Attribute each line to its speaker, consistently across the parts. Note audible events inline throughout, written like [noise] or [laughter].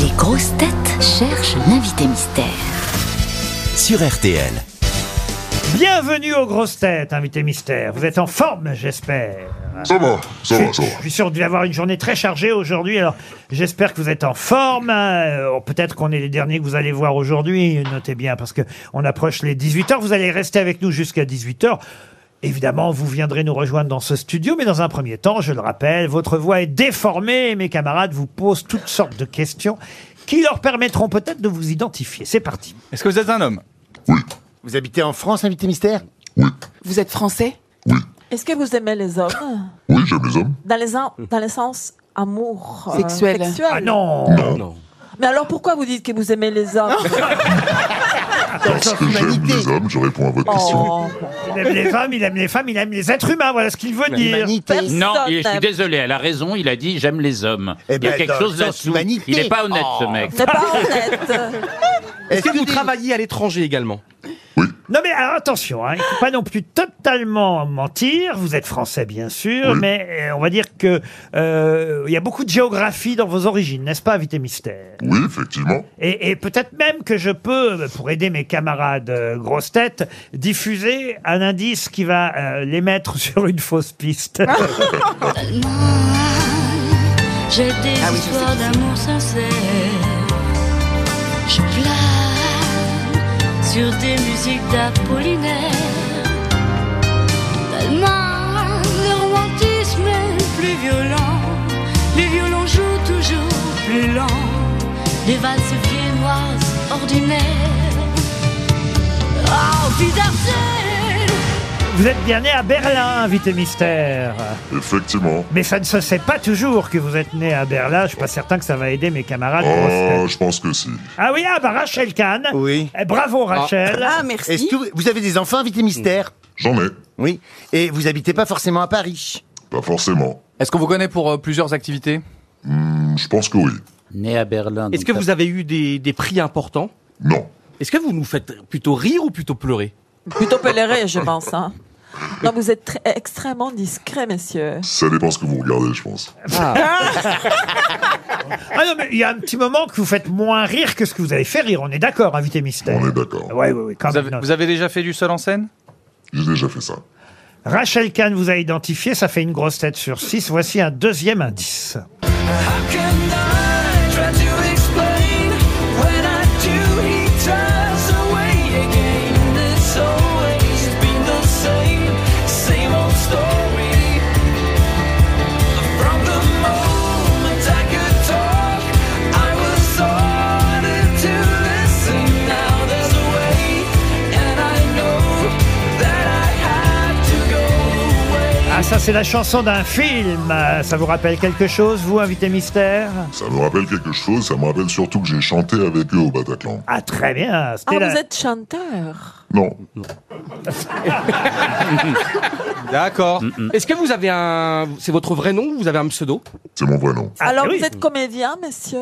Speaker 1: Les grosses têtes cherchent l'invité mystère.
Speaker 2: sur RTL.
Speaker 3: Bienvenue aux grosses têtes, invité mystère. Vous êtes en forme, j'espère.
Speaker 4: Ça va, ça va, ça va.
Speaker 3: Je suis sûr que vous devez avoir une journée très chargée aujourd'hui, alors j'espère que vous êtes en forme. Euh, Peut-être qu'on est les derniers que vous allez voir aujourd'hui, notez bien, parce que on approche les 18h. Vous allez rester avec nous jusqu'à 18h. Évidemment, vous viendrez nous rejoindre dans ce studio, mais dans un premier temps, je le rappelle, votre voix est déformée et mes camarades vous posent toutes sortes de questions qui leur permettront peut-être de vous identifier. C'est parti.
Speaker 5: Est-ce que vous êtes un homme
Speaker 6: Vous habitez en France, invité mystère
Speaker 7: Vous êtes français
Speaker 8: Est-ce que vous aimez les hommes
Speaker 4: [laughs] Oui, j'aime les hommes.
Speaker 8: dans les, en- dans le sens amour euh,
Speaker 7: Sexuel.
Speaker 3: Ah non
Speaker 8: Mais alors pourquoi vous dites que vous aimez les hommes
Speaker 4: Parce que j'aime les hommes, je réponds à votre question.
Speaker 8: Oh,
Speaker 3: Il aime les femmes, il aime les femmes, il aime les êtres humains, voilà ce qu'il veut dire.
Speaker 6: Humanité.
Speaker 9: Non,
Speaker 8: Personne
Speaker 9: il- je suis
Speaker 8: n'aime.
Speaker 9: désolé, elle a raison, il a dit j'aime les hommes.
Speaker 6: Eh
Speaker 9: il y
Speaker 6: ben,
Speaker 9: a
Speaker 6: dans
Speaker 9: quelque
Speaker 6: le
Speaker 9: chose
Speaker 6: sens
Speaker 9: là-dessous.
Speaker 6: humanité.
Speaker 9: Il n'est pas honnête
Speaker 6: Oh.
Speaker 9: ce mec.
Speaker 8: n'est pas honnête.
Speaker 6: Est-ce que,
Speaker 10: vous
Speaker 6: des-
Speaker 10: travaillez à l'étranger également
Speaker 3: Non mais alors, attention, hein, il ne faut pas non plus totalement mentir. Vous êtes français bien sûr, mais euh, on va dire que euh, il y a beaucoup de géographie dans vos origines, n'est-ce pas, Vité Mystère
Speaker 4: Oui, effectivement.
Speaker 3: Et, et peut-être même que je peux, euh, pour aider mes camarades euh, grosses têtes, diffuser un indice qui va euh, les mettre [laughs] sur une fausse piste.
Speaker 1: J'ai des
Speaker 6: Ah oui, je
Speaker 1: histoires d'amour sincère. Je plane sur des musiques d'Apollinaire. Tellement le romantisme est plus violent. Les violons jouent toujours plus lent. Les valses viennoises ordinaires. Oh, vie d'Arsène!
Speaker 3: Vous êtes bien né à Berlin, Vité Mystère.
Speaker 4: Effectivement.
Speaker 3: Mais ça ne se sait pas toujours que vous êtes né à Berlin. Je suis pas certain que ça va aider mes camarades grosses têtes.
Speaker 4: Ah, je pense que si.
Speaker 3: Ah oui, ah bah Rachel Kahn.
Speaker 6: Oui.
Speaker 3: Eh, bravo Rachel.
Speaker 7: Ah,
Speaker 6: Est-ce
Speaker 7: merci.
Speaker 6: que vous, vous avez des enfants, invité mystère
Speaker 11: Mmh.
Speaker 4: J'en ai.
Speaker 6: Oui. Et vous habitez pas forcément à Paris
Speaker 4: Pas forcément.
Speaker 5: Est-ce qu'on vous connaît pour euh, plusieurs activités
Speaker 4: Hmm, Je pense que oui.
Speaker 9: Né à Berlin.
Speaker 10: Est-ce que vous avez eu des, des prix importants
Speaker 4: Non.
Speaker 10: Est-ce que vous nous faites plutôt rire ou plutôt pleurer
Speaker 8: Plutôt pèlerin, je pense. Hein. Non, vous êtes très- extrêmement discret, messieurs.
Speaker 4: Ça dépend ce que vous regardez, je pense.
Speaker 3: Ah non, mais il y a un petit moment que vous faites moins rire que ce que vous avez fait rire. On est d'accord, invité mystère.
Speaker 4: On est d'accord.
Speaker 3: Ouais, ouais, ouais, quand
Speaker 5: vous avez,
Speaker 3: même.
Speaker 5: vous avez déjà fait du seul en scène
Speaker 4: J'ai déjà fait ça.
Speaker 3: Rachel Kahn vous a identifié, ça fait une grosse tête sur six. Voici un deuxième indice. Ah, ça, c'est la chanson d'un film. Euh, Ça vous rappelle quelque chose, vous, invité mystère
Speaker 4: Ça me rappelle quelque chose, ça me rappelle surtout que j'ai chanté avec eux au Bataclan.
Speaker 3: Ah, très bien.
Speaker 8: Ah,
Speaker 3: C'était
Speaker 8: vous
Speaker 3: la- Ah,
Speaker 8: êtes chanteur.
Speaker 4: Non.
Speaker 10: D'accord.
Speaker 5: Mm,
Speaker 10: Est-ce que vous avez un... C'est votre vrai nom ou vous avez un pseudo
Speaker 4: C'est mon vrai nom.
Speaker 3: Ah,
Speaker 8: alors,
Speaker 3: oui. Oh,
Speaker 8: vous êtes comédien, messieurs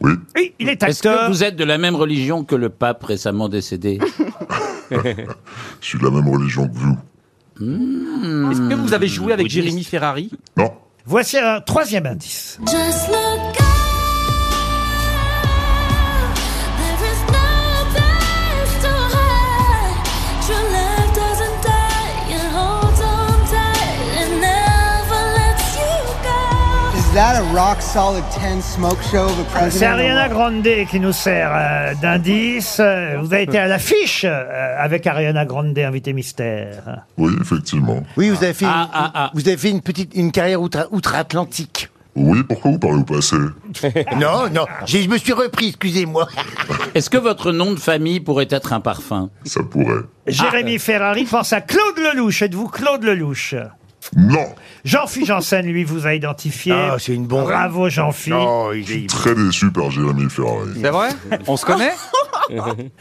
Speaker 4: Oui.
Speaker 3: Oui, il est
Speaker 9: Est-ce que
Speaker 3: acteur.
Speaker 9: vous êtes de la même religion que le pape récemment décédé
Speaker 4: Je suis de la même religion que vous.
Speaker 10: Est-ce que
Speaker 5: Mm.
Speaker 10: vous avez joué avec
Speaker 9: Bouddhiste.
Speaker 10: Jérémy Ferrari
Speaker 4: Non.
Speaker 3: Voici un troisième indice.
Speaker 1: Just look up. There is nothing to hide. True love doesn't die. It holds on tight and never lets you go.
Speaker 12: Is that a rock solid 10 smoke show of a
Speaker 3: C'est
Speaker 12: president? or
Speaker 3: Ariana
Speaker 12: what?
Speaker 3: Grande qui nous sert euh, d'indice. Euh, Vous avez été à l'affiche euh, avec Ariana Grande, invité mystère.
Speaker 6: Ah.
Speaker 4: Oui, effectivement.
Speaker 6: Oui, vous avez fait,
Speaker 9: Ah, ah, ah.
Speaker 6: Vous avez fait une petite une carrière outre-
Speaker 10: [laughs]
Speaker 6: outre-Atlantique.
Speaker 4: Oui, pourquoi vous parlez au passé
Speaker 6: non, non, j'ai- je me suis repris, excusez-moi.
Speaker 9: Est-ce que votre nom de famille pourrait être un parfum
Speaker 4: Ça pourrait.
Speaker 3: Jérémy Ferrari pense à Claude Lelouch. Êtes-vous Claude Lelouch
Speaker 4: Non.
Speaker 3: Jean-Philippe Janssen, lui, vous a identifié.
Speaker 6: Ah, c'est une bombe.
Speaker 3: Bravo, Jean-Philippe.
Speaker 6: Non, il est...
Speaker 4: Très déçu par Jérémy Ferrari.
Speaker 5: C'est vrai On se [laughs] connaît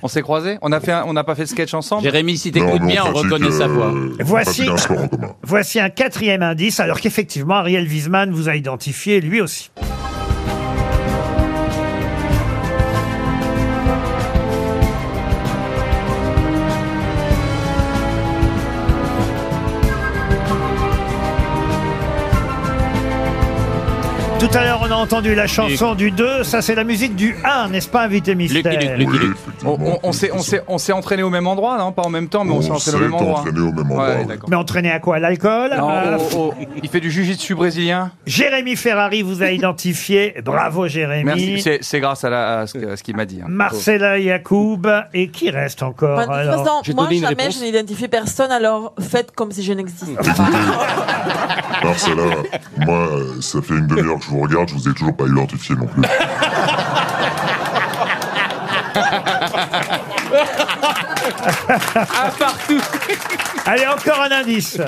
Speaker 5: On s'est croisés On a fait, un- on n'a pas fait de sketch ensemble
Speaker 9: Jérémy, si
Speaker 4: Non,
Speaker 9: t'écoutes
Speaker 4: mais
Speaker 9: bien, on
Speaker 4: pratique,
Speaker 9: reconnaît sa
Speaker 4: euh,
Speaker 9: voix.
Speaker 4: on
Speaker 3: Voici-
Speaker 4: pratique un sport en commun.
Speaker 3: Voici un quatrième indice, alors qu'effectivement, Ariel Wiesman vous a identifié lui aussi. Tout à l'heure, on a entendu la chanson du 2, ça c'est la musique du 1, n'est-ce pas, invité mystère
Speaker 5: On, on- on s'est- on s'est- on s'est entraîné au même endroit, non Pas en même temps, mais on, s'est entraîné au même endroit. Ouais, d'accord.
Speaker 3: Mais entraîné à quoi À L'alcool
Speaker 5: Non,
Speaker 3: Ah.
Speaker 5: oh, oh, Il fait du jujitsu brésilien
Speaker 3: Jérémy Ferrari vous a identifié. Bravo, Jérémy.
Speaker 5: Merci, c'est- c'est grâce à, la- à ce que- à ce qu'il m'a dit. hein.
Speaker 3: Marcella Yacoub. Et qui reste encore
Speaker 8: Enfin, de toute
Speaker 3: alors
Speaker 8: façon, moi, jamais je n'identifie personne, alors faites comme si je n'existais pas.
Speaker 3: [laughs]
Speaker 4: Alors celle-là,
Speaker 5: [laughs]
Speaker 4: moi, euh, ça fait une demi-heure que je vous regarde, je vous ai toujours pas identifié non plus.
Speaker 10: À partout.
Speaker 3: Allez, encore un indice.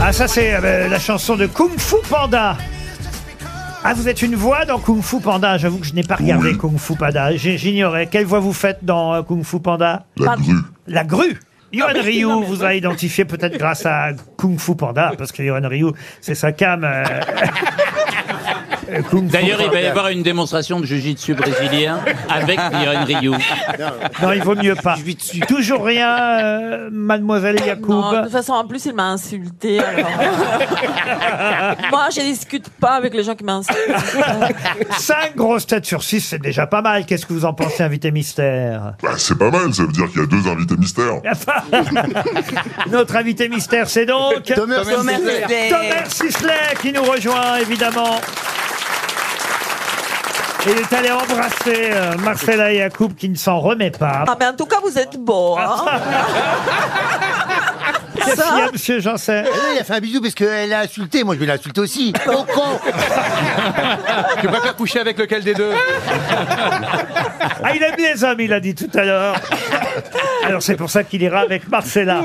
Speaker 3: Ah, ça, c'est euh, la chanson de Kung Fu Panda. Ah, vous êtes une voix dans Kung Fu Panda. J'avoue que je n'ai pas regardé Kung Fu Panda. J'ai- J'ignorais. Quelle voix vous faites dans euh, Kung Fu Panda
Speaker 4: La grue.
Speaker 3: La grue Yohan
Speaker 4: Ah, mais-
Speaker 3: Ryu
Speaker 4: non, mais-
Speaker 3: vous a identifié peut-être grâce à Kung Fu Panda, parce que Yohan Ryu, c'est sa cam. euh, euh, Kung Fu
Speaker 9: D'ailleurs, il va y
Speaker 3: Panda.
Speaker 9: avoir une démonstration de jiu-jitsu brésilien avec Miron Ryu.
Speaker 3: Non, il vaut mieux pas. Toujours rien, euh, mademoiselle
Speaker 8: Non, de
Speaker 3: Yacoub.
Speaker 8: toute façon, en plus, il m'a insulté.
Speaker 3: [laughs]
Speaker 8: alors. moi, je discute pas avec les gens qui m'insultent.
Speaker 3: 5 grosses têtes sur 6, c'est déjà pas mal. Qu'est-ce que vous en pensez, invité mystère
Speaker 4: Bah, c'est pas mal, ça veut dire qu'il y a deux invités mystères.
Speaker 3: Notre invité mystère, c'est donc
Speaker 6: Thomas Thomas Sisley. Sisley.
Speaker 3: Thomas Sisley qui nous rejoint, évidemment. Et il est allé embrasser euh, Marcella Yacoub qui ne s'en remet pas.
Speaker 8: Ah, mais en tout cas, vous êtes beau. hein.
Speaker 3: Qu'est-ce qu'il y a, monsieur Janssen
Speaker 6: Il a fait un bisou parce qu'elle a insulté. Moi, je vais l'insulter
Speaker 10: [laughs]
Speaker 6: aussi. Au con
Speaker 5: Tu préfères coucher avec lequel des deux
Speaker 3: Ah, il aime les hommes, il a dit tout à l'heure. Alors c'est pour ça qu'il ira avec Marcella.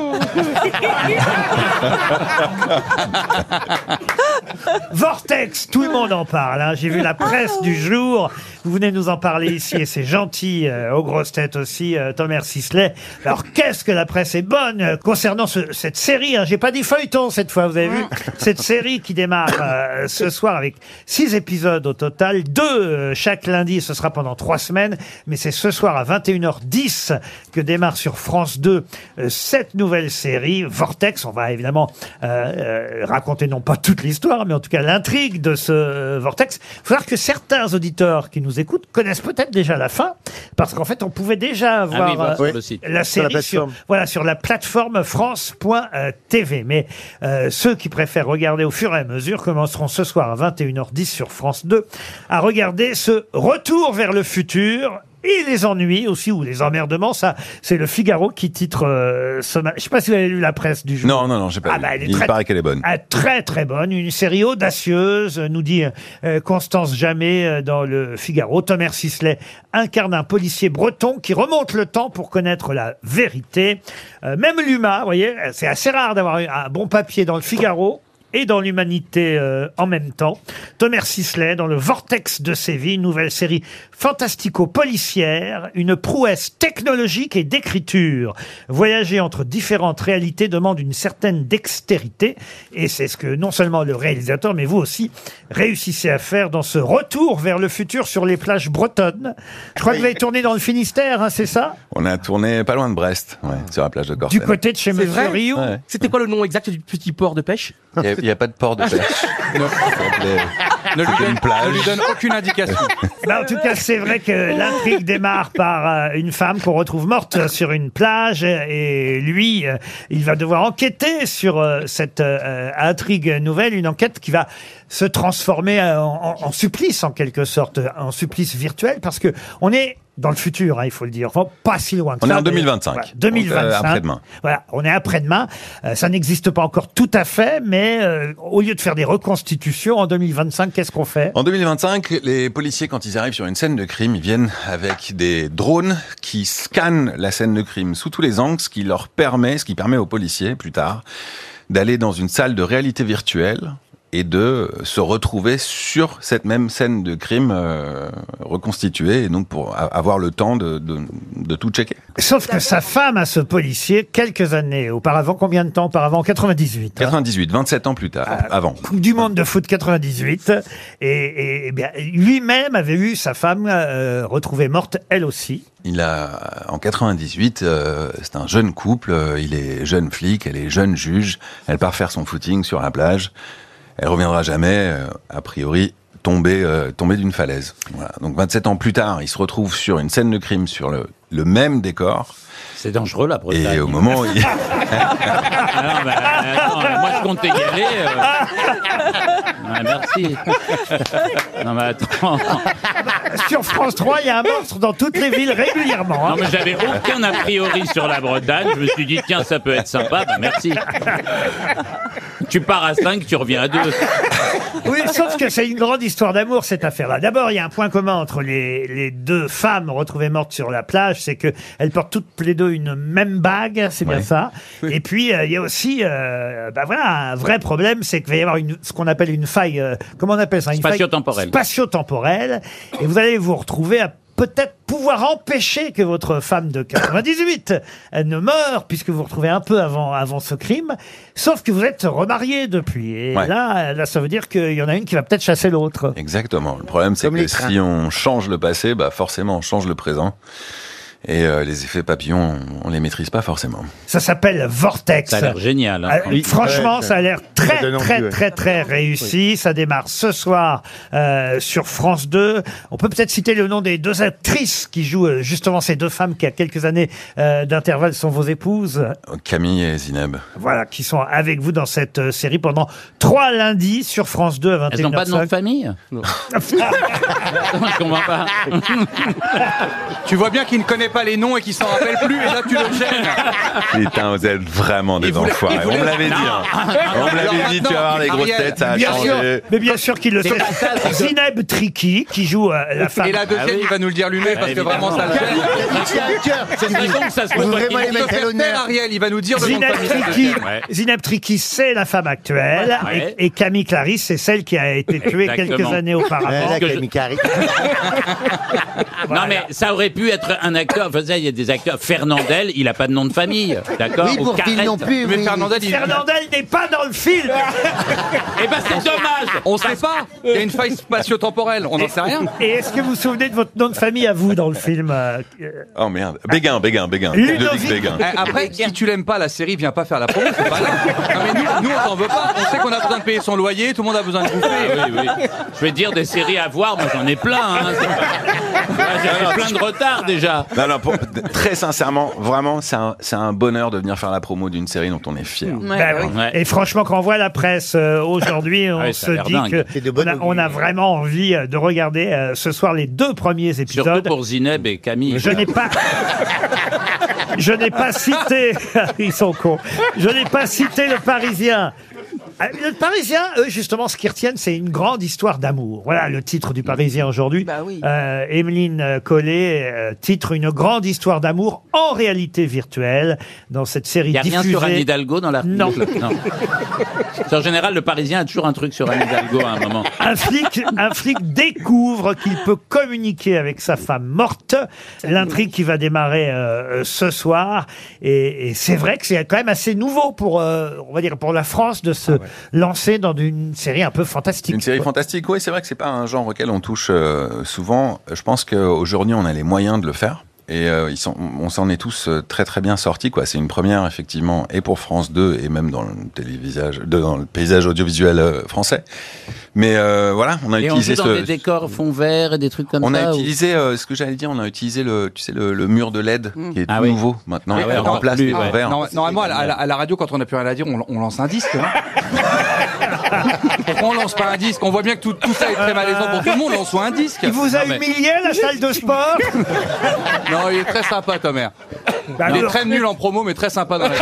Speaker 3: Vortex, tout le monde en parle. hein. J'ai vu la presse du jour. Vous venez nous en parler ici et c'est gentil euh, aux grosses têtes aussi, euh, Thomas Sisley. Alors qu'est-ce que la presse est bonne euh, concernant ce- cette série hein. J'ai pas dit feuilleton cette fois, vous avez vu cette série qui démarre euh, ce soir avec six épisodes au total, deux euh, chaque lundi. Ce sera pendant trois semaines, mais c'est ce soir à 21h10 que démarre sur France 2 euh, cette nouvelle série Vortex. On va évidemment euh, euh, raconter non pas toute l'histoire, mais en tout cas l'intrigue de ce euh, Vortex. Il faut savoir que certains auditeurs qui nous écoutent connaissent peut-être déjà la fin, parce qu'en fait on pouvait déjà
Speaker 9: oui,
Speaker 3: avoir
Speaker 9: voilà, sur
Speaker 3: euh,
Speaker 9: le site.
Speaker 3: la
Speaker 9: Sur la
Speaker 3: série sur,
Speaker 9: plateforme.
Speaker 3: voilà, sur la plateforme France.tv. Mais euh, ceux qui préfèrent regarder au fur et à mesure commenceront ce soir à 21h10 sur France 2 à regarder ce retour vers le futur. Et les ennuis aussi, ou les emmerdements, ça, c'est le Figaro qui titre euh, ce ma- Je sais pas si vous avez lu la presse du jour.
Speaker 11: Non, non, non, j'ai pas
Speaker 3: Ah
Speaker 11: vu.
Speaker 3: bah, elle est
Speaker 11: Il
Speaker 3: très-
Speaker 11: paraît qu'elle est bonne.
Speaker 3: Ah, très très bonne, une série audacieuse, euh, nous dit euh, Constance Jamais euh, dans le Figaro. Thomas Sisley incarne un policier breton qui remonte le temps pour connaître la vérité. Euh, même l'humain, vous voyez, euh, c'est assez rare d'avoir eu un bon papier dans le Figaro. Et dans l'humanité euh, en même temps. Thomas Sisley dans le Vortex de Séville, nouvelle série fantastico-policière, une prouesse technologique et d'écriture. Voyager entre différentes réalités demande une certaine dextérité et c'est ce que non seulement le réalisateur mais vous aussi réussissez à faire dans ce retour vers le futur sur les plages bretonnes. Je crois que vous avez tourné dans le Finistère, hein, c'est ça
Speaker 11: On a tourné pas loin de Brest, ouais, sur la plage de Corten.
Speaker 3: Du côté de chez
Speaker 10: C'est
Speaker 3: Monsieur
Speaker 10: vrai
Speaker 3: Rio.
Speaker 11: Ouais.
Speaker 10: C'était quoi le nom exact du petit port de pêche
Speaker 11: Il n'y a, pas de port de pêche.
Speaker 5: Ne lui,
Speaker 11: C'était
Speaker 5: donne,
Speaker 11: une plage.
Speaker 5: ne lui donne aucune indication.
Speaker 3: [laughs] Bah, en tout cas, c'est vrai que l'intrigue démarre par euh, une femme qu'on retrouve morte euh, sur une plage euh, et lui, euh, il va devoir enquêter sur euh, cette euh, intrigue nouvelle, une enquête qui va se transformer euh, en, en- en supplice en quelque sorte, en supplice virtuel parce que on est dans le futur, hein, il faut le dire, Enfin, pas si loin. que
Speaker 11: On
Speaker 3: ça,
Speaker 11: est en
Speaker 3: d'ailleurs.
Speaker 11: 2025.
Speaker 3: Voilà, 2025.
Speaker 11: Donc, euh, après-demain.
Speaker 3: Voilà, on est après-demain. Euh, ça n'existe pas encore tout à fait, mais euh, au lieu de faire des reconstitutions en 2025, qu'est-ce qu'on fait
Speaker 11: En 2025, les policiers, quand ils arrivent sur une scène de crime, ils viennent avec des drones qui scannent la scène de crime sous tous les angles, ce qui leur permet, ce qui permet aux policiers, plus tard, d'aller dans une salle de réalité virtuelle et de se retrouver sur cette même scène de crime euh, reconstituée, et donc pour a- avoir le temps de, de- de tout checker.
Speaker 3: Sauf que sa femme à ce policier, quelques années auparavant, combien de temps auparavant 98.
Speaker 11: 98, 27 ans plus tard, avant.
Speaker 3: Coupe du monde de foot 98. Et, et- et bien, lui-même avait eu sa femme euh, retrouvée morte, elle aussi.
Speaker 11: Il a, en 98, euh, c'est un jeune couple, euh, il est jeune flic, elle est jeune juge, elle part faire son footing sur la plage, elle reviendra jamais, euh, a priori, tombée, euh, tombée d'une falaise. Voilà. Donc 27 ans plus tard, il se retrouve sur une scène de crime sur le, le même décor.
Speaker 9: C'est dangereux la
Speaker 11: Et au moment [laughs] où il...
Speaker 9: Ah non, bah, attends, moi je comptais y aller. euh. Ah, merci. Non mais attends.
Speaker 3: Sur France 3, il y a un monstre dans toutes les villes régulièrement. hein.
Speaker 9: Non mais j'avais aucun a priori sur la Bretagne. Je me suis dit tiens ça peut être sympa. Bah, merci. Tu pars à 5, tu reviens à 2.
Speaker 3: Oui, sauf que c'est une grande histoire d'amour, cette affaire-là. D'abord, il y a un point commun entre les, les deux femmes retrouvées mortes sur la plage, c'est que elles portent toutes les deux une même bague, c'est bien
Speaker 13: Ouais.
Speaker 3: ça. Et puis, euh, il y a aussi, euh, bah voilà, un vrai problème, c'est qu'il va y avoir une, ce qu'on appelle une faille, euh, comment on appelle ça une faille
Speaker 9: Spatio-temporelle.
Speaker 3: Spatio-temporelle. Et vous allez vous retrouver à peut-être pouvoir empêcher que votre femme de 98 elle ne meure, puisque vous vous retrouvez un peu avant, avant ce crime, sauf que vous êtes remariés depuis. Et
Speaker 11: Ouais.
Speaker 3: là, là, ça veut dire qu'il y en a une qui va peut-être chasser l'autre.
Speaker 11: Exactement. Le problème, c'est
Speaker 3: Comme
Speaker 11: que
Speaker 3: les trains.
Speaker 11: si on change le passé, bah forcément, on change le présent. Et euh, les effets papillons, on les maîtrise pas forcément.
Speaker 3: Ça s'appelle Vortex.
Speaker 9: Ça a l'air génial, hein,
Speaker 3: Ah,
Speaker 9: franchement.
Speaker 3: franchement,
Speaker 9: Ouais,
Speaker 3: ça a l'air très,
Speaker 9: ça donne envie,
Speaker 3: très,
Speaker 9: ouais.
Speaker 3: très, très réussi. Ça démarre ce soir euh, sur France 2. On peut peut-être citer le nom des deux actrices qui jouent euh, justement ces deux femmes qui, à quelques années euh, d'intervalle, sont vos épouses.
Speaker 11: Camille et Zineb.
Speaker 3: Voilà, qui sont avec vous dans cette euh, série pendant trois lundis sur France 2 à 21h05.
Speaker 9: Elles n'ont pas de nom de famille Je comprends pas.
Speaker 5: Tu vois bien qu'il ne connaît pas les noms et qu'il s'en rappelle plus, et là tu le gênes.
Speaker 11: Putain, vous êtes vraiment des enfoirés.
Speaker 5: il voulait-
Speaker 11: On me l'avait dit.
Speaker 5: Non.
Speaker 11: hein. [laughs] On me l'avait dit, tu vas voir les grosses
Speaker 5: Ariel,
Speaker 11: têtes, ça a
Speaker 3: bien sûr,
Speaker 11: changé.
Speaker 3: mais bien sûr qu'il le sait. Zineb Triki, qui joue euh, la femme.
Speaker 5: Et
Speaker 11: Ah
Speaker 5: la deuxième, il va nous le dire lui-même parce que vraiment ça le gêne. On te fait taire, Ariel, il va nous dire le nom de
Speaker 3: Zineb
Speaker 5: famille.
Speaker 3: Triki, Zineb Triki, c'est la femme actuelle.
Speaker 5: Ouais.
Speaker 3: Et, et Camille Claris, c'est celle qui a été tuée quelques années
Speaker 11: Ah,
Speaker 3: auparavant.
Speaker 9: Non mais ça aurait pu être un acteur. Enfin, ça, il y a des acteurs. Fernandel, il a pas de nom de famille, d'accord Ou Carrette.
Speaker 3: Fernandel n'est pas dans le film.
Speaker 9: Eh ben c'est dommage.
Speaker 5: On sait pas. Il y a une faille spatio-temporelle. On n'en sait rien.
Speaker 3: Et est-ce que vous vous souvenez de votre nom de famille à vous dans le film euh, euh,
Speaker 11: Oh merde. Béguin, Béguin, Béguin.
Speaker 3: Ludovic.
Speaker 11: Ludovic Béguin.
Speaker 5: Eh, Après, si tu l'aimes pas la série, viens pas faire la promo, c'est pas là. Non, mais nous, nous, on t'en veut pas. On sait qu'on a besoin de payer son loyer, tout le monde a besoin de bouffer.
Speaker 9: Oui, oui. Je vais dire des séries à voir, moi j'en ai
Speaker 3: [laughs]
Speaker 9: plein. Hein. C'est pas- Ouais, J'avais plein de retard déjà.
Speaker 11: Non, non, pour- très sincèrement, vraiment, c'est un, c'est un bonheur de venir faire la promo d'une série dont on est fier.
Speaker 5: Mm.
Speaker 3: Ben oui. Et franchement, quand on voit la presse euh,
Speaker 9: [laughs] Ah
Speaker 3: aujourd'hui, on
Speaker 11: Ouais, ça a
Speaker 3: se
Speaker 11: l'air
Speaker 3: dit
Speaker 11: dingue. C'est
Speaker 3: que on a, on a vraiment envie euh, de regarder euh, ce soir les deux premiers
Speaker 9: Surtout
Speaker 3: épisodes.
Speaker 9: pour Zineb et Camille.
Speaker 3: Je n'ai pas, [laughs] je n'ai pas cité, [laughs] ils sont cons. Je n'ai pas cité le Parisien. Euh, Le Parisien, eux, justement, ce qu'ils retiennent, c'est une grande histoire d'amour. Voilà le titre du Parisien aujourd'hui. Euh, Emeline Collet euh, titre une grande histoire d'amour en réalité virtuelle dans cette série
Speaker 9: Il n'y a
Speaker 3: diffusée.
Speaker 9: rien sur Anne Hidalgo dans l'article
Speaker 3: Non. [laughs]
Speaker 9: C'est En général, le Parisien a toujours un truc sur Anne Hidalgo à un moment.
Speaker 3: Un flic, un flic découvre qu'il peut communiquer avec sa femme morte. L'intrigue qui va démarrer euh, euh, ce soir. Et, et c'est vrai que c'est quand même assez nouveau pour, euh, on va dire, pour la France de se lancer dans une série un peu fantastique.
Speaker 11: Une série
Speaker 3: quoi.
Speaker 11: fantastique, oui, c'est vrai que c'est pas un genre auquel on touche euh, souvent. Je pense qu'aujourd'hui, on a les moyens de le faire. Et euh, ils sont, on s'en est tous euh, très très bien sortis quoi. C'est une première effectivement et pour France 2 et même dans le télévisage, de- dans le paysage audiovisuel euh, français. Mais euh, voilà, on a
Speaker 9: Et on
Speaker 11: utilisé
Speaker 9: joue dans
Speaker 11: ce-
Speaker 9: des décors fonds verts et des trucs comme
Speaker 11: on
Speaker 9: ça.
Speaker 11: a
Speaker 9: ou-
Speaker 11: utilisé euh, ce que j'allais dire, on a utilisé le tu sais le, le mur de LED
Speaker 5: Mm.
Speaker 11: qui est
Speaker 9: Ah
Speaker 11: tout
Speaker 9: oui.
Speaker 11: nouveau maintenant.
Speaker 9: Ah ouais,
Speaker 11: il
Speaker 9: on
Speaker 11: remplace
Speaker 9: l'a plus,
Speaker 11: les fonds
Speaker 9: ouais.
Speaker 11: verts.
Speaker 5: Non, normalement, à la, à la- à la radio, quand on n'a plus rien à dire, on, on lance un disque. hein. Pourquoi on lance pas un disque On voit bien que tout, tout ça est très malaisant pour tout le monde. Lançons un disque.
Speaker 3: Il vous a
Speaker 5: Non, mais-
Speaker 3: humilié la salle de sport
Speaker 5: Non, il est très sympa, Thomas.
Speaker 3: Bah,
Speaker 14: il est
Speaker 3: alors-
Speaker 14: très nul en promo, mais très sympa dans la vie.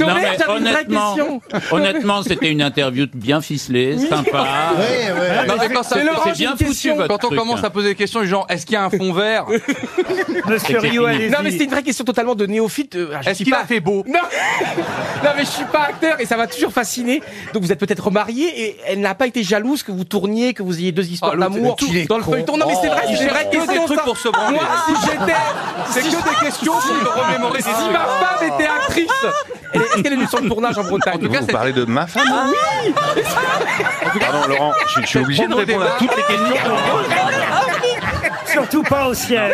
Speaker 9: Non, mais
Speaker 14: j'avais une vraie
Speaker 9: honnêtement,
Speaker 14: question.
Speaker 9: [laughs] honnêtement, c'était une interview bien ficelée,
Speaker 14: Oui. [laughs]
Speaker 9: sympa.
Speaker 14: Oui, oui. Non, mais quand ça-
Speaker 9: C'est
Speaker 14: c'est
Speaker 9: bien foutu, votre
Speaker 14: Quand on
Speaker 9: truc,
Speaker 14: commence
Speaker 9: hein.
Speaker 14: à poser des questions du genre est-ce qu'il y a un fond vert
Speaker 5: Monsieur
Speaker 14: Rio, allez-y.
Speaker 5: Non, mais c'était une vraie question totalement de néophyte. euh, je
Speaker 14: Est-ce
Speaker 5: suis
Speaker 14: qu'il
Speaker 5: pas-
Speaker 14: a fait beau
Speaker 5: Non [laughs] Non, mais je suis pas acteur et ça m'a toujours fasciné. Donc vous êtes peut-être remarié et elle n'a pas été jalouse que vous tourniez, que vous ayez deux histoires
Speaker 14: Ah, l'autre,
Speaker 5: d'amour
Speaker 14: il est
Speaker 5: dans le
Speaker 14: con.
Speaker 5: feuilleton. Non, mais c'est vrai,
Speaker 14: Oh.
Speaker 5: c'est une vraie
Speaker 14: Il fait
Speaker 5: question.
Speaker 14: des trucs
Speaker 5: ça.
Speaker 14: pour se branler.
Speaker 5: Moi,
Speaker 14: [laughs]
Speaker 5: si j'étais. C'est que des questions
Speaker 14: pour me remémorer
Speaker 5: Si
Speaker 14: des trucs.
Speaker 5: ma femme était actrice, elle- est-ce qu'elle est venue sur le tournage en Bretagne En tout
Speaker 12: Vous parlez de ma femme
Speaker 5: Ah oui
Speaker 12: Pardon, Laurent, je, je suis obligé de répondre à toutes les questions.
Speaker 3: Surtout pas au ciel.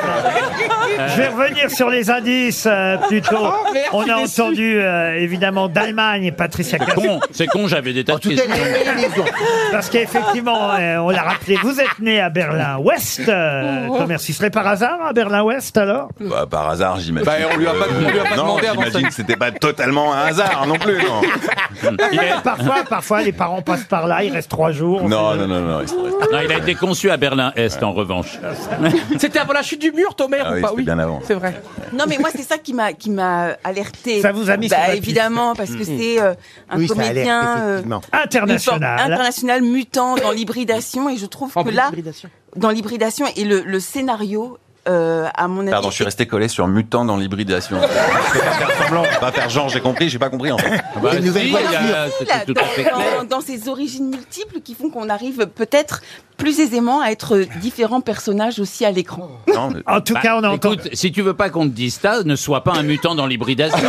Speaker 3: Je vais revenir sur les indices euh, plutôt.
Speaker 9: Oh, merde,
Speaker 3: On a
Speaker 9: je suis
Speaker 3: entendu euh, évidemment d'Allemagne et Patricia
Speaker 9: C'est
Speaker 3: Cass-
Speaker 9: con, c'est con, j'avais des tas de questions.
Speaker 3: Parce qu'effectivement, euh, on l'a rappelé, vous êtes né à Berlin-Ouest. euh, Thomas Sisley, par hasard à Berlin-Ouest alors
Speaker 12: Bah, par hasard, j'imagine.
Speaker 14: Bah, on lui a pas-
Speaker 12: que-
Speaker 14: on lui a pas
Speaker 12: non,
Speaker 14: demandé avant
Speaker 12: J'imagine
Speaker 14: ça.
Speaker 12: que c'était pas totalement un hasard non plus.
Speaker 14: [laughs]
Speaker 12: Non,
Speaker 3: parfois, parfois, les parents passent par là, il reste trois jours. Euh,
Speaker 12: non, non, non, non, il serait-
Speaker 9: Non, il a été conçu à Berlin-Est, en revanche.
Speaker 5: C'était avant la chute du mur, Thomas,
Speaker 9: Ah
Speaker 14: bah
Speaker 9: oui,
Speaker 5: ou pas
Speaker 9: c'était bien avant.
Speaker 5: C'est vrai.
Speaker 8: Non, mais moi, c'est ça qui m'a qui m'a alerté.
Speaker 5: Ça vous a mis
Speaker 8: bah,
Speaker 5: sur la piste.
Speaker 8: évidemment, parce que
Speaker 5: Mm.
Speaker 8: c'est euh, un
Speaker 5: Oui, ça alerte,
Speaker 8: comédien euh,
Speaker 5: effectivement.
Speaker 3: International.
Speaker 8: une forme international mutant dans l'hybridation, et je trouve
Speaker 5: En
Speaker 8: que là,
Speaker 5: hybridation.
Speaker 8: dans l'hybridation et le, le scénario, euh, à mon avis,
Speaker 12: Pardon, je suis resté collé sur mutant dans l'hybridation. Je peux pas faire semblant, je peux pas faire genre, j'ai compris, j'ai pas compris en fait.
Speaker 9: bah, Une nouvelle si, voiture. il y a-
Speaker 8: là,
Speaker 9: c'était tout à fait
Speaker 8: dans-
Speaker 9: clair.
Speaker 8: dans, dans ces origines multiples qui font qu'on arrive peut-être plus aisément à être différents personnages aussi à l'écran.
Speaker 3: En tout cas, on a
Speaker 9: entendu. Si tu veux pas qu'on te dise ça, ne sois pas un mutant
Speaker 3: [laughs]
Speaker 9: dans l'hybridation. T'es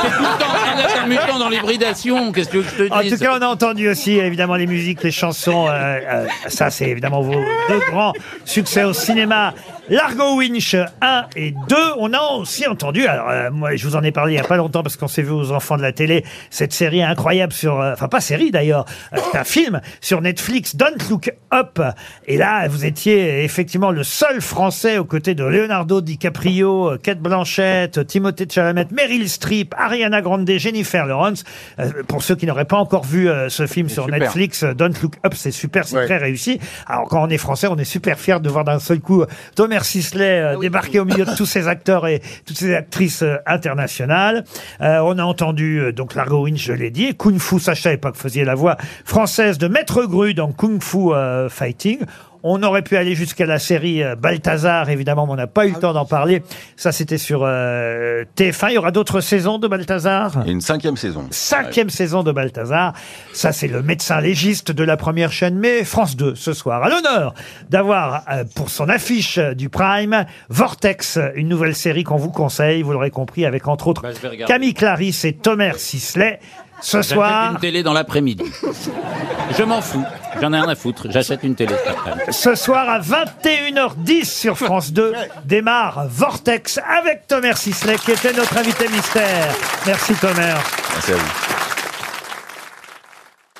Speaker 9: tout le temps en train d'être un mutant dans l'hybridation. Qu'est-ce que tu veux que je te
Speaker 3: En
Speaker 9: dise
Speaker 3: tout cas, on a entendu aussi évidemment les musiques, les chansons. euh, euh, ça, c'est évidemment vos deux grands succès au cinéma. Largo Winch 1 et 2. On a aussi entendu, alors euh, moi je vous en ai parlé il n'y a pas longtemps parce qu'on s'est vu aux enfants de la télé, cette série incroyable sur, euh, enfin pas série d'ailleurs, euh, c'est un film sur Netflix, Don't Look Up. Et là, vous étiez effectivement le seul Français aux côtés de Leonardo DiCaprio, euh, Kate Blanchett, euh, Timothée Chalamet, Meryl Streep, Ariana Grande, Jennifer Lawrence. Euh, pour ceux qui n'auraient pas encore vu euh, ce film sur
Speaker 14: super.
Speaker 3: Netflix, euh, Don't Look Up, c'est super, c'est très réussi. Alors quand on est français, on est super fier de voir d'un seul coup euh, Thomas Sisley euh, débarquer au milieu de tous ces acteurs et toutes ces actrices euh, internationales. Euh, on a entendu euh, donc Largo Winch, je l'ai dit, et Kung Fu, Sacha, et pas que vous faisiez la voix française de Maître Gru dans Kung Fu euh, Fighting. On aurait pu aller jusqu'à la série euh, Balthazar, évidemment, mais on n'a pas eu le temps d'en parler. Ça, c'était sur euh, TF1. Il y aura d'autres saisons de Balthazar
Speaker 12: Et une cinquième saison.
Speaker 3: Cinquième saison de Balthazar. Ça, c'est le médecin légiste de la première chaîne, mais France 2 ce soir. À l'honneur d'avoir euh, pour son affiche euh, du Prime Vortex, euh, une nouvelle série qu'on vous conseille, vous l'aurez compris, avec entre autres
Speaker 9: Bah, je vais regarder.
Speaker 3: Camille Clarisse et Thomas Sisley. Ce
Speaker 9: J'achète
Speaker 3: soir,
Speaker 9: une télé dans l'après-midi. Je m'en fous. J'en ai rien à foutre. J'achète une télé. cet après-midi.
Speaker 3: ce soir à 21h10 sur France 2 démarre Vortex avec Thomas Sisley qui était notre invité mystère. Merci Thomas.
Speaker 12: Merci à vous.